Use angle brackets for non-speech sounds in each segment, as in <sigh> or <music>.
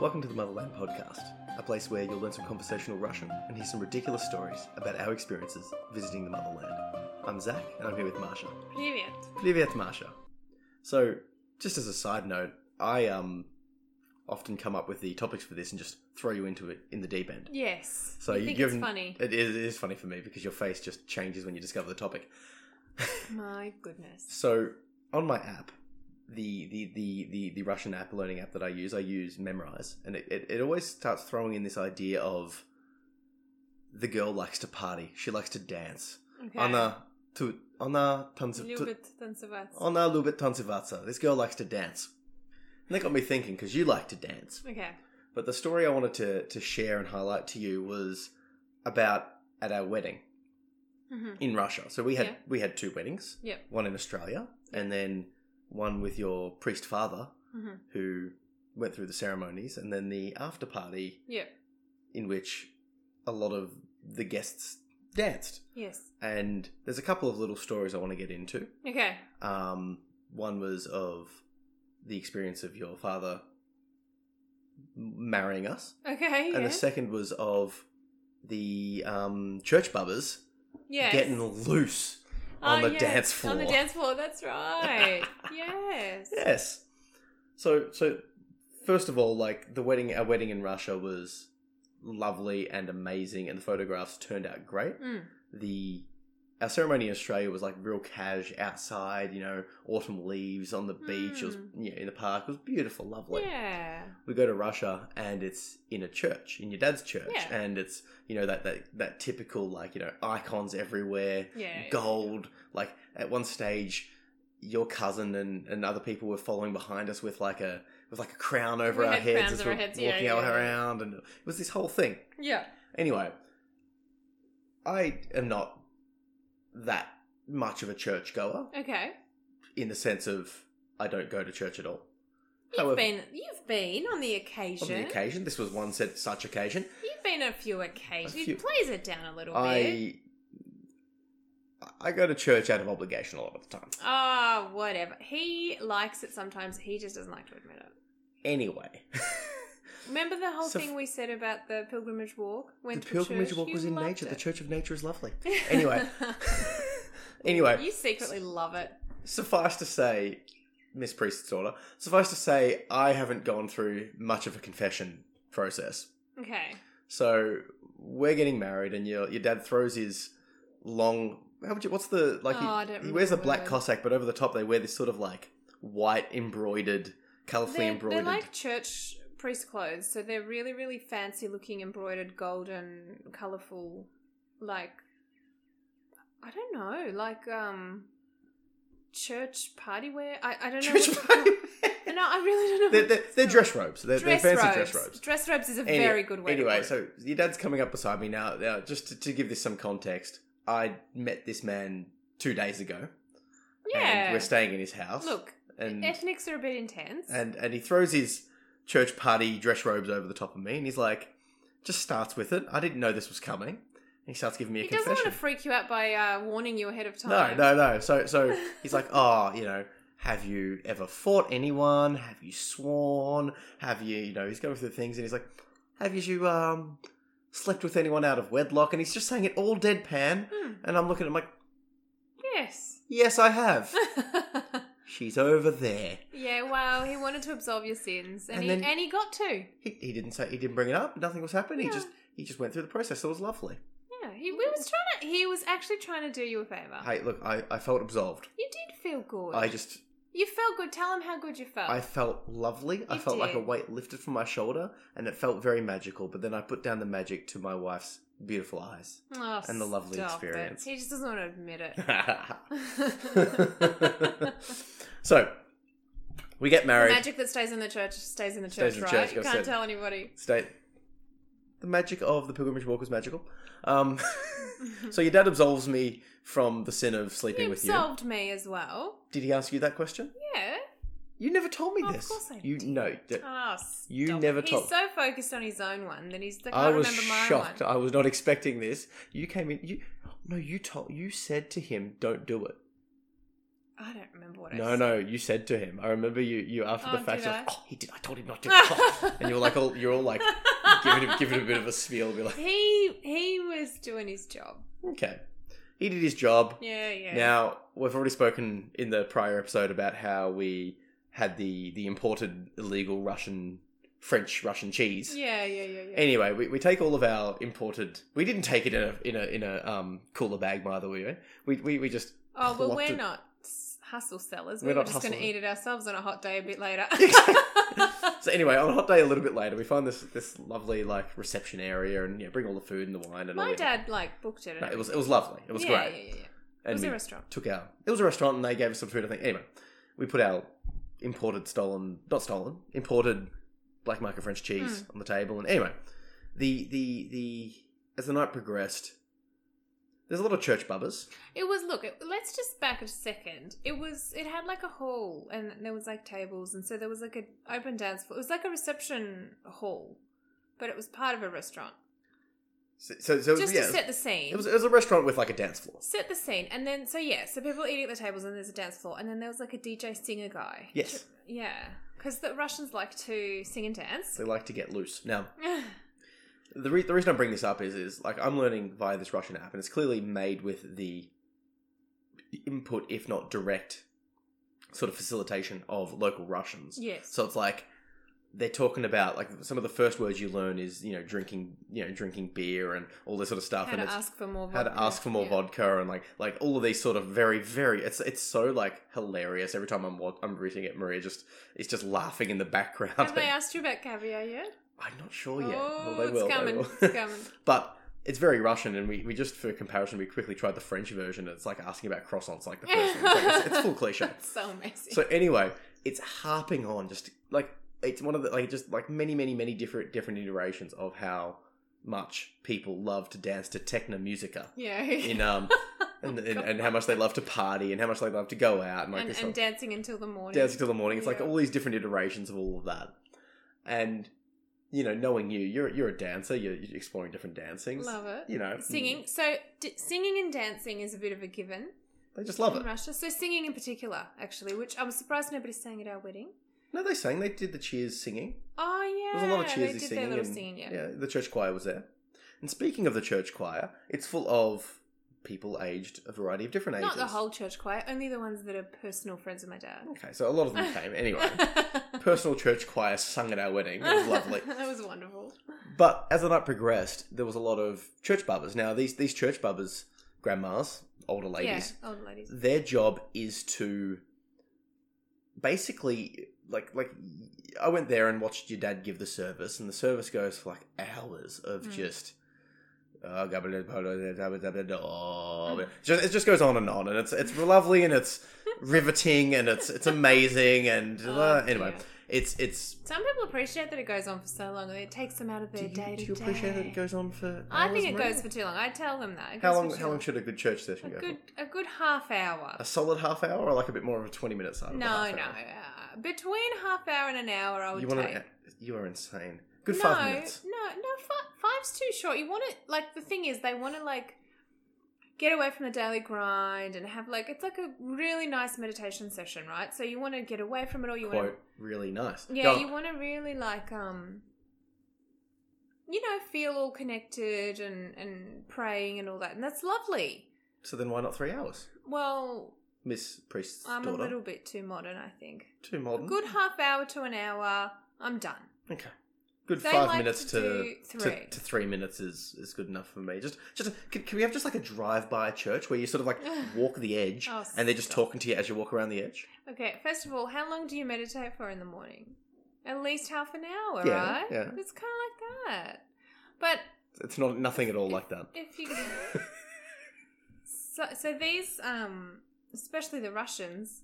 Welcome to the Motherland Podcast, a place where you'll learn some conversational Russian and hear some ridiculous stories about our experiences visiting the motherland. I'm Zach, and I'm here with Marsha. Привет. Привет, Marsha. So, just as a side note, I um often come up with the topics for this and just throw you into it in the deep end. Yes. So you, you think give it's them- funny? It is, it is funny for me because your face just changes when you discover the topic. My goodness. So on my app, the the, the, the the Russian app learning app that I use, I use Memrise, and it, it, it always starts throwing in this idea of the girl likes to party, she likes to dance. Okay. Anna to Anna tanzu, tu- Любит танцевать. Anna любит танцеваться. This girl likes to dance. And that got me thinking because you like to dance. Okay. But the story I wanted to to share and highlight to you was about at our wedding hmm in Russia. So we had Yeah. we had two weddings. Yep. One in Australia, and then one with your priest father, Mhm. who went through the ceremonies, and then the after party Yep. in which a lot of the guests danced. Yes. And there's a couple of little stories I want to get into. Okay. Um, one was of the experience of your father marrying us, Okay. and yeah. the second was of the um, church bubbers yes. getting loose. on Oh, the yes, dance On the floor. dance floor. <laughs> That's right. yes. Yes. So so first of all, like the wedding our wedding in Russia was lovely and amazing and the photographs turned out great. Mm. The our ceremony in Australia was like real cash outside, you know, autumn leaves on the beach, it was Mm. you know, in the park. It was beautiful, lovely. Yeah. We go to Russia and it's in a church, in your dad's church. Yeah. And it's, you know, that, that that typical like, you know, icons everywhere, Yeah. gold. Like at one stage, your cousin and, and other people were following behind us with like a with like a crown over We our had heads crowns as over we our we're heads, yeah, walking yeah, out yeah. around, and it was this whole thing. Yeah. Anyway, I am not that much of a churchgoer Okay. in the sense of I don't go to church at all. You've However, been you've been on the uh, on occasion. the occasion, this was one said such occasion. You've been on a few occasions. few- Please it down a little bit. I I go to church out of obligation a lot of the time. Ah, whatever. He likes it sometimes. He just doesn't like to admit it. Anyway. <laughs> Remember the whole So f- thing we said about the pilgrimage walk? Went the to pilgrimage church? walk You was in loved nature. The it. Church of Nature is <laughs> lovely. <laughs> Anyway, anyway, you secretly love it. suffice to say, Miss Priest's daughter. Suffice to say, I haven't gone through much of a confession process. Okay. So we're getting married, and your your dad throws his long. How would you? What's the like? he, Oh, I don't he wears a remember the black word. cossack, but over the top they wear this sort of like white embroidered, colourfully They're, they're embroidered. like church priest clothes, so they're really, really fancy looking, embroidered, golden, colourful, like I don't know, like um church party wear. I, I don't know. Church what- party. <laughs> No, I really don't <laughs> know. they're, they're, they're dress robes. They're, they're fancy dress robes. Dress robes is a Any- very good way. to Anyway, put it. so your dad's coming up beside me now. now just to, to give this some context, I met this man two days ago. And yeah. we're staying in his house. Look, and ethnics are a bit intense. and and he throws his church party dress robes over the top of me, and he's like, just starts with it. I didn't know this was coming. And he starts giving me a He doesn't confession. want to freak you out by uh, warning you ahead of No, time. no, no. So, so he's like, oh, you know, have you ever fought anyone? Have you sworn? Have you, you know, he's going through the things and he's like, have you, um, slept with anyone out of wedlock? And he's just saying it all deadpan. Hmm, And I'm looking at him like, yes. <laughs> yes, I have. She's over there. yeah, well, he wanted to absolve your sins, and, And he then- and he got to. He, he didn't say, he didn't bring it up. Nothing was happening. Yeah. He just, he just went through the process. It was lovely. Yeah, he, he was trying to. He was actually trying to do you a favor. Hey, look, I, I felt absolved. you did feel good. I just, you felt good. Tell him how good you felt. I felt lovely. I Oh. You felt like a did. weight lifted from my shoulder, and it felt very magical. But then I put down the magic to my wife's beautiful eyes. <laughs> Oh, and the lovely stop it. experience. He just doesn't want to admit <laughs> <laughs> it. so we get The married. magic that stays in the church stays in the Stays in church, the right? church, you gotta can't say- tell anybody. State. The magic of the pilgrimage walk was magical. Um, <laughs> so your dad absolves me from the sin of He sleeping with you. absolved me as well. Did he ask you that question? Yeah. You never told me Of this. course I you no. that- Oh, stop You it. never He's told- so focused on his own one that he's. I can't I was remember my shocked. one. I was not expecting this. You came in. You no. You told. You said to him, "Don't do it." I don't remember what I No, said. <laughs> no, you said to him. I remember you. You after Oh, the fact, did you're I? like, oh, he did. I told him <laughs> not to. Oh. and you're like, all you're all like, give it, a, give it a bit of a spiel. Be like, <laughs> He he was doing his job. okay, he did his job. Yeah, yeah. Now we've already spoken in the prior episode about how we had the the imported illegal Russian, French Russian cheese. Yeah, yeah, yeah, yeah. Anyway, we, we take all of our imported. We didn't take it in a in a in a um cooler bag, by the way. eh? We we we just oh, but we're plucked it. not s- hustle sellers. We're We're, not just going to hustlers. eat it ourselves on a hot day a <laughs> bit later. <laughs> So anyway, on a hot day a little bit later, we find this this lovely like reception area, and you know, bring all the food and the wine and all. My the- dad like booked it. and No, it was everything. it was lovely. It was yeah, great. Yeah, yeah, yeah. It And was we a restaurant. took our. It was a restaurant, and they gave us some food. I think. Anyway, we put our imported, stolen, not stolen, imported black market French cheese Hmm. on the table. And anyway, the the the as the night progressed, there's a lot of church bubbers. It was look. It, let's just back a second. It was. It had like a hall, and there was like tables, and so there was like an open dance floor. It was like a reception hall, but it was part of a restaurant. So so, so just yeah, to set it the scene. was it was a restaurant with like a dance floor. set the scene, and then so yeah, so people eating at the tables, and there's a dance floor, and then there was like a DJ singer guy. Yes. Yeah, because the Russians like to sing and dance. They like to get loose now. the, re- the reason I bring this up is is like I'm learning via this Russian app, and it's clearly made with the input, if not direct, sort of facilitation of local Russians. <laughs> Yes. So it's like they're talking about like some of the first words you learn is you know drinking you know drinking beer and all this sort of stuff, how and to it's ask for more? how Vodka. to ask for more Yeah. vodka and like like all of these sort of very very it's it's so like hilarious every time I'm wa- I'm reading it. Maria just is just laughing in the background. <laughs> Have they asked you about caviar yet? I'm not sure yet. Oh, Well, they it's will, they coming. will. It's coming. <laughs> But it's very Russian, and we, we just for comparison, we quickly tried the French version. and It's like asking about croissants, like the first thing. It's, like- it's- it's <laughs> full cliche. It's so amazing. So anyway, it's harping on just like it's one of the like just like many many many different different iterations of how much people love to dance to techno musica yeah. in um and, and, and how much they love to party and how much they love to go out and like and, this sort- and dancing until the morning. dancing till the morning. It's like Yeah. all these different iterations of all of that, and you know, knowing you, you're you're a dancer. You're, you're exploring different dancings. Love it. You know, mm, Singing. So d- singing and dancing is a bit of a given They just love in it. Russia. So singing in particular, actually, which I'm surprised nobody sang at our wedding. No, they sang. They did the cheers singing. Oh yeah, There was a lot of cheersy they did singing. their little and- singing. Yeah. the church choir was there. And speaking of the church choir, it's full of people aged a variety of different ages. Not the whole church choir, only the ones that are personal friends of my dad. Okay, so a lot of <laughs> them came anyway. Personal church choir sung at our wedding. It was <laughs> lovely. that was wonderful. But as the night progressed, there was a lot of church bubbers. Now these these church bubbers, grandmas, older ladies, Yeah, old ladies. their job is to basically like like I went there and watched your dad give the service, and the service goes for like hours of Mm. just. uh, Just, it just goes on and on, and it's it's lovely and it's riveting and it's it's amazing and uh, Oh, anyway, dear. it's it's. Some people appreciate that it goes on for so long and it takes them out of Do their you, day do to you day. appreciate that it goes on for? I hours, think it Maria? goes for too long. I tell them that. It How goes long? for too How long should a good church session a go? good for? a good half hour? A solid half hour, or like a bit more of a twenty-minute side? of a No, half no. hour? Uh, between half hour and an hour, I would You take. want to? You are insane. Good no, five minutes. No, no, fi- five's too short. You want to like the thing is they want to like get away from the daily grind and have like it's like a really nice meditation session, right? So you want to get away from it all. You want Quote really nice. to, yeah, Go- you want to really like um, you know, feel all connected and and praying and all that, and that's lovely. so then why not three hours, Well, Miss Priest's I'm daughter? a little bit too modern, I think. Too A modern. good half hour to an hour, I'm done. Okay. Good They five like minutes to to do to, three. to three minutes is, is good enough for me. Just just can, can we have just like a drive by church where you sort of <laughs> like walk the edge Oh, and they're just stop. talking to you as you walk around the edge? Okay, first of all, how long do you meditate for in the morning? At least half an hour, Yeah, right? yeah. It's kind of like that. But It's not nothing at all like that. if you. <laughs> so, so these, um, especially the Russians,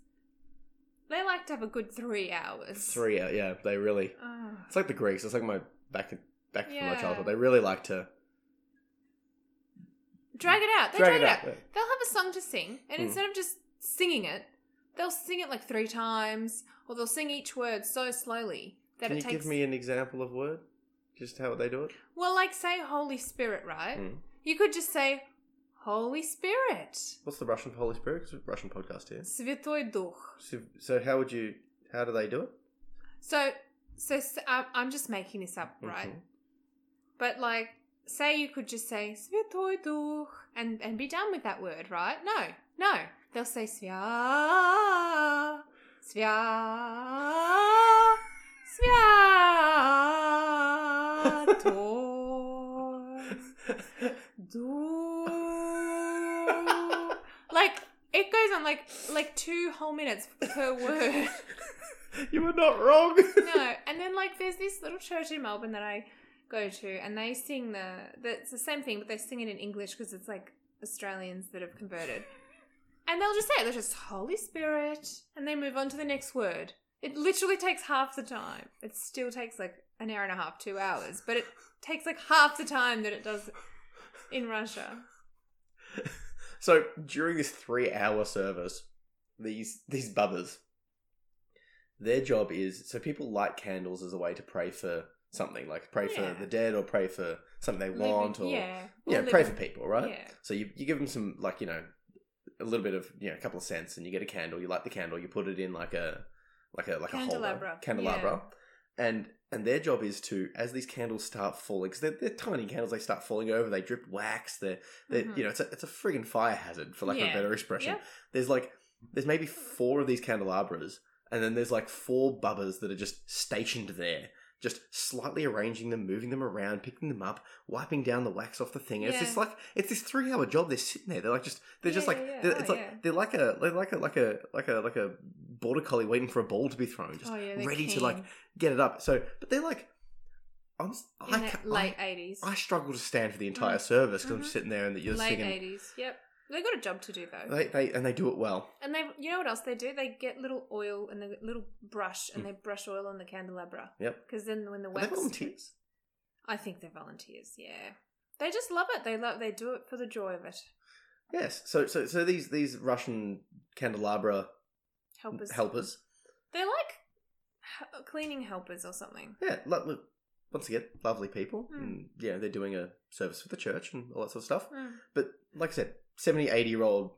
they like to have a good three hours. Three, uh, yeah, they really. Oh. It's like the Greeks. It's like my back back from my Yeah. childhood. They really like to Drag it out. They drag, drag it out. yeah. They'll have a song to sing, and Hmm. instead of just singing it, they'll sing it like three times, or they'll sing each word so slowly that Can it you takes. give me an example of word? Just how they do it? well, like say Holy Spirit, right? Mm. You could just say Holy Spirit. What's the Russian for Holy Spirit? 'Cause it's a Russian podcast here. Святой Дух. So, so how would you? How do they do it? So, so s- I'm I'm just making this up, right? Mhm. But like, say you could just say Святой Дух and and be done with that word, right? No, no, they'll say Svya, Svya, Святой Дух. Like it goes on like like two whole minutes per word. <laughs> you were not wrong. <laughs> no, and then like there's this little church in Melbourne that I go to, and they sing the, the it's the same thing, but they sing it in English because it's like Australians that have converted, and they'll just say it. They're just Holy Spirit, and they move on to the next word. It literally takes half the time. It still takes like an hour and a half, two hours, but it takes like half the time that it does in Russia. So during this three-hour service, these these bubbers, their job is so people light candles as a way to pray for something, like pray Yeah. for the dead or pray for something they Living- want, or yeah, yeah, or pray for living- people, right? Yeah. So you, you give them some like you know a little bit of you know a couple of cents, and you get a candle. You light the candle. You put it in like a like a like a Candelabra, holder, candelabra, and and their job is to as these candles start falling because they're, they're tiny candles. They start falling over. They drip wax. They're, they're Mhm. you know it's a it's a friggin' fire hazard for lack of a Yeah. better expression. Yep. There's like there's maybe four of these candelabras, and then there's like four bubbers that are just stationed there. Just slightly arranging them, moving them around, picking them up, wiping down the wax off the thing. It's Yeah. this like it's this three hour job. They're sitting there. They're like just they're just Yeah, like yeah, yeah. They're, it's Oh, like yeah. they're like a they're like a like a like a like a border collie waiting for a ball to be thrown, just Oh, yeah, they're ready to keen. like get it up. So, but they're like, I'm s- in I, ca- the late I, eighties. I struggle to stand for the entire Mm. service because I'm Mhm. sitting there and that you're late singing. eighties. Yep, they got a job to do though. They, they and they do it well. and they, you know what else they do? They get little oil and a little brush, and they brush oil on the candelabra. Hmm. Yep. Because then when the Are they wax, volunteers? I think they're volunteers. Yeah, they just love it. They love. They do it for the joy of it. Yes. So so so these these Russian candelabra Helpers. Hmm, helpers. They're like h- cleaning helpers or something. Yeah. Lo- look, once again, lovely people. Mm. And, yeah, they're doing a service for the church and all that sort of stuff. Mm. But like I said, 70, 80 year old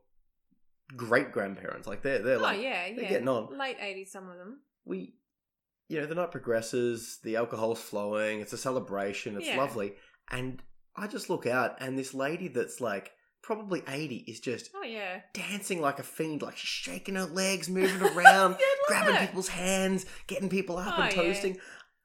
great grandparents, like they're they're Oh like yeah, yeah. getting on. Late eighties, some of them. we you know the night progresses the alcohol's flowing it's a celebration it's Yeah. lovely and i just look out and this lady that's like probably 80 is just Oh yeah. dancing like a fiend like she's shaking her legs <laughs> moving around They'd love grabbing it. people's hands getting people up Oh, and yeah. toasting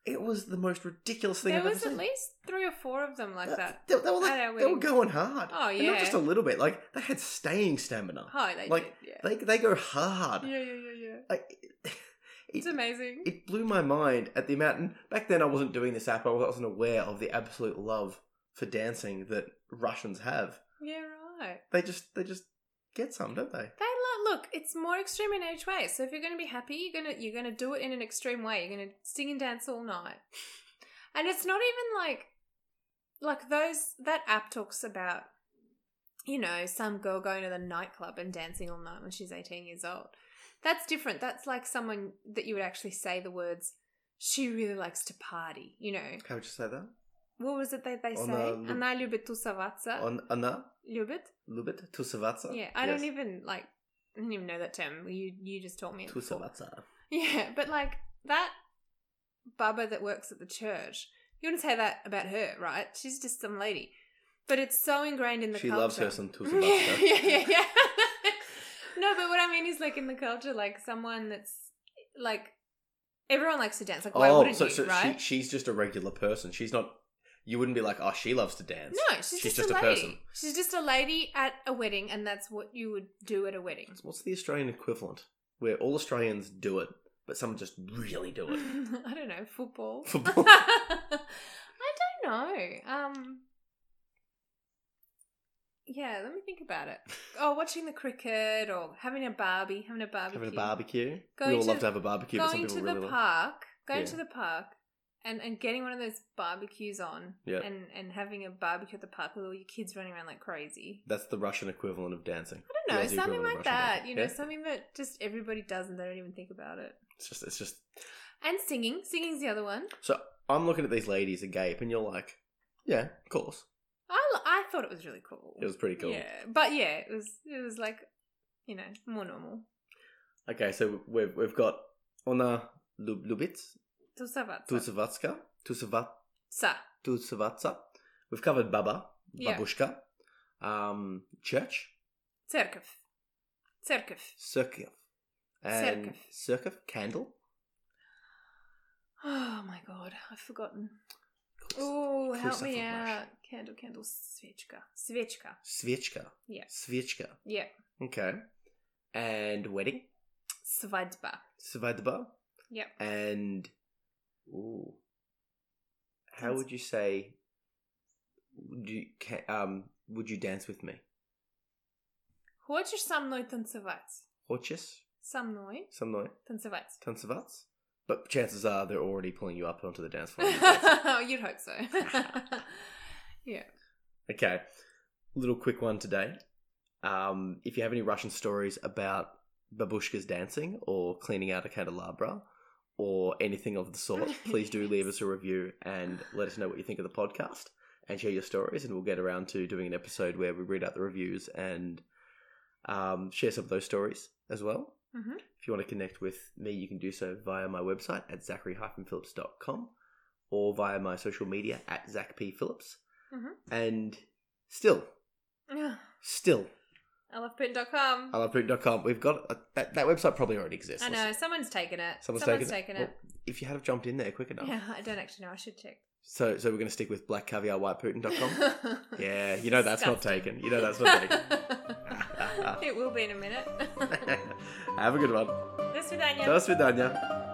it was the most ridiculous thing There i've was ever seen at Uh, least three or four of them like that. They, they were like- at our they were wedding. going hard Oh, And not yeah. just a little bit like they had staying stamina Hi, they Like, did. Yeah. they, they go hard yeah, yeah, yeah, yeah. Like, It's amazing. it blew my mind at the amount. And back then, I wasn't doing this app. I wasn't aware of the absolute love for dancing that Russians have. yeah, right. They just they just get some, don't they? They lo- look. It's more extreme in each way. So if you're going to be happy, you're gonna you're gonna do it in an extreme way. You're gonna sing and dance all night, and it's not even like like those that app talks about. You know, some girl going to the nightclub and dancing all night when she's 18 years old. That's different. That's like someone that you would actually say the words. She really likes to party. You know, How would you say that? what was it that they Ona say? lu- Она любит тусоваться. On Anna Любит. Lubit Tusavatsa. Yeah, I don't even like. I didn't even know that term. You you just taught me it. before. Tusavatsa. <laughs> Yeah, but like that baba that works at the church. You wouldn't say that about her, right? She's just some lady. But it's so ingrained in the She culture. loves <laughs> her some yeah, Tusavatsa. yeah, yeah, yeah. <laughs> no, but what I mean is like in the culture, like someone that's like everyone likes to dance. Like why oh, wouldn't so, you, so right? she, she's just a regular person. She's not. You wouldn't be like, oh, she loves to dance. no, she's, just, a, lady. person. She's just a lady at a wedding, and that's what you would do at a wedding. What's the Australian equivalent? Where all Australians do it, but some just really do it. I don't know, football. Football. <laughs> I don't know. Um Yeah, let me think about it. Oh, watching the cricket or having a barbie, having a barbecue. Having a barbecue. Going we all to- love to have a barbecue, but some Going people to the really love. park, going Yeah. to the park and, and getting one of those barbecues on Yeah. and, and having a barbecue at the park with all your kids running around like crazy. That's the Russian equivalent of dancing. I don't know, The Aussie something equivalent of like Russian that. dancing. You know, Yeah. something that just everybody does and they don't even think about it. It's just, it's just. And singing. Singing's the other one. So I'm looking at these ladies agape, and you're like, yeah, of course. I, l- I thought it was really cool. It was pretty cool. Yeah, but yeah, it was it was like, you know, more normal. Okay, so we've we've got Ona Lub- Lubitz, Tusavatsa. Tusavatska, Tusavat Sa. Tusavatsa. We've covered Baba, Yeah. Babushka, um, Church, Cerkev. Cerkev. Circuit, and Circuit Candle. Oh my god, I've forgotten. Cool. Oh, help me Kusavatsa. out. Candle, candle, svechka. Svechka. Svechka. Yeah. Svechka. Yeah. Okay. And Wedding, Svadba. Svadba. Yep. And ooh, how Dance. would you say? Would you ca- um? Would you dance with me? Хочешь со мной танцевать? Хочешь Со мной со мной танцевать. танцевать? But chances are they're already pulling you up onto the dance <laughs> floor. You'd hope so. <laughs> okay, little quick one today. Um, if you have any Russian stories about babushkas dancing or cleaning out a candelabra or anything of the sort, please do leave us a review and let us know what you think of the podcast and share your stories. And we'll get around to doing an episode where we read out the reviews and um, share some of those stories as well. Mhm. If you want to connect with me, you can do so via my website at zachary-phillips.com or via my social media at Zach P. Phillips. Mhm. And still, yeah. still, LFPin.com. I love poop.com. We've got uh, that, that website probably already exists. I know, someone's taken it. Someone's, taken, it. Oh, Well, if you had have jumped in there quick enough. Yeah, I don't actually know. I should check. So so we're going to stick with black caviar white <laughs> putin.com. yeah, you know that's not Disgusting. taken. You know that's not taken. <laughs> it will be in a minute. <laughs> <laughs> have a good one. До свидания. До свидания.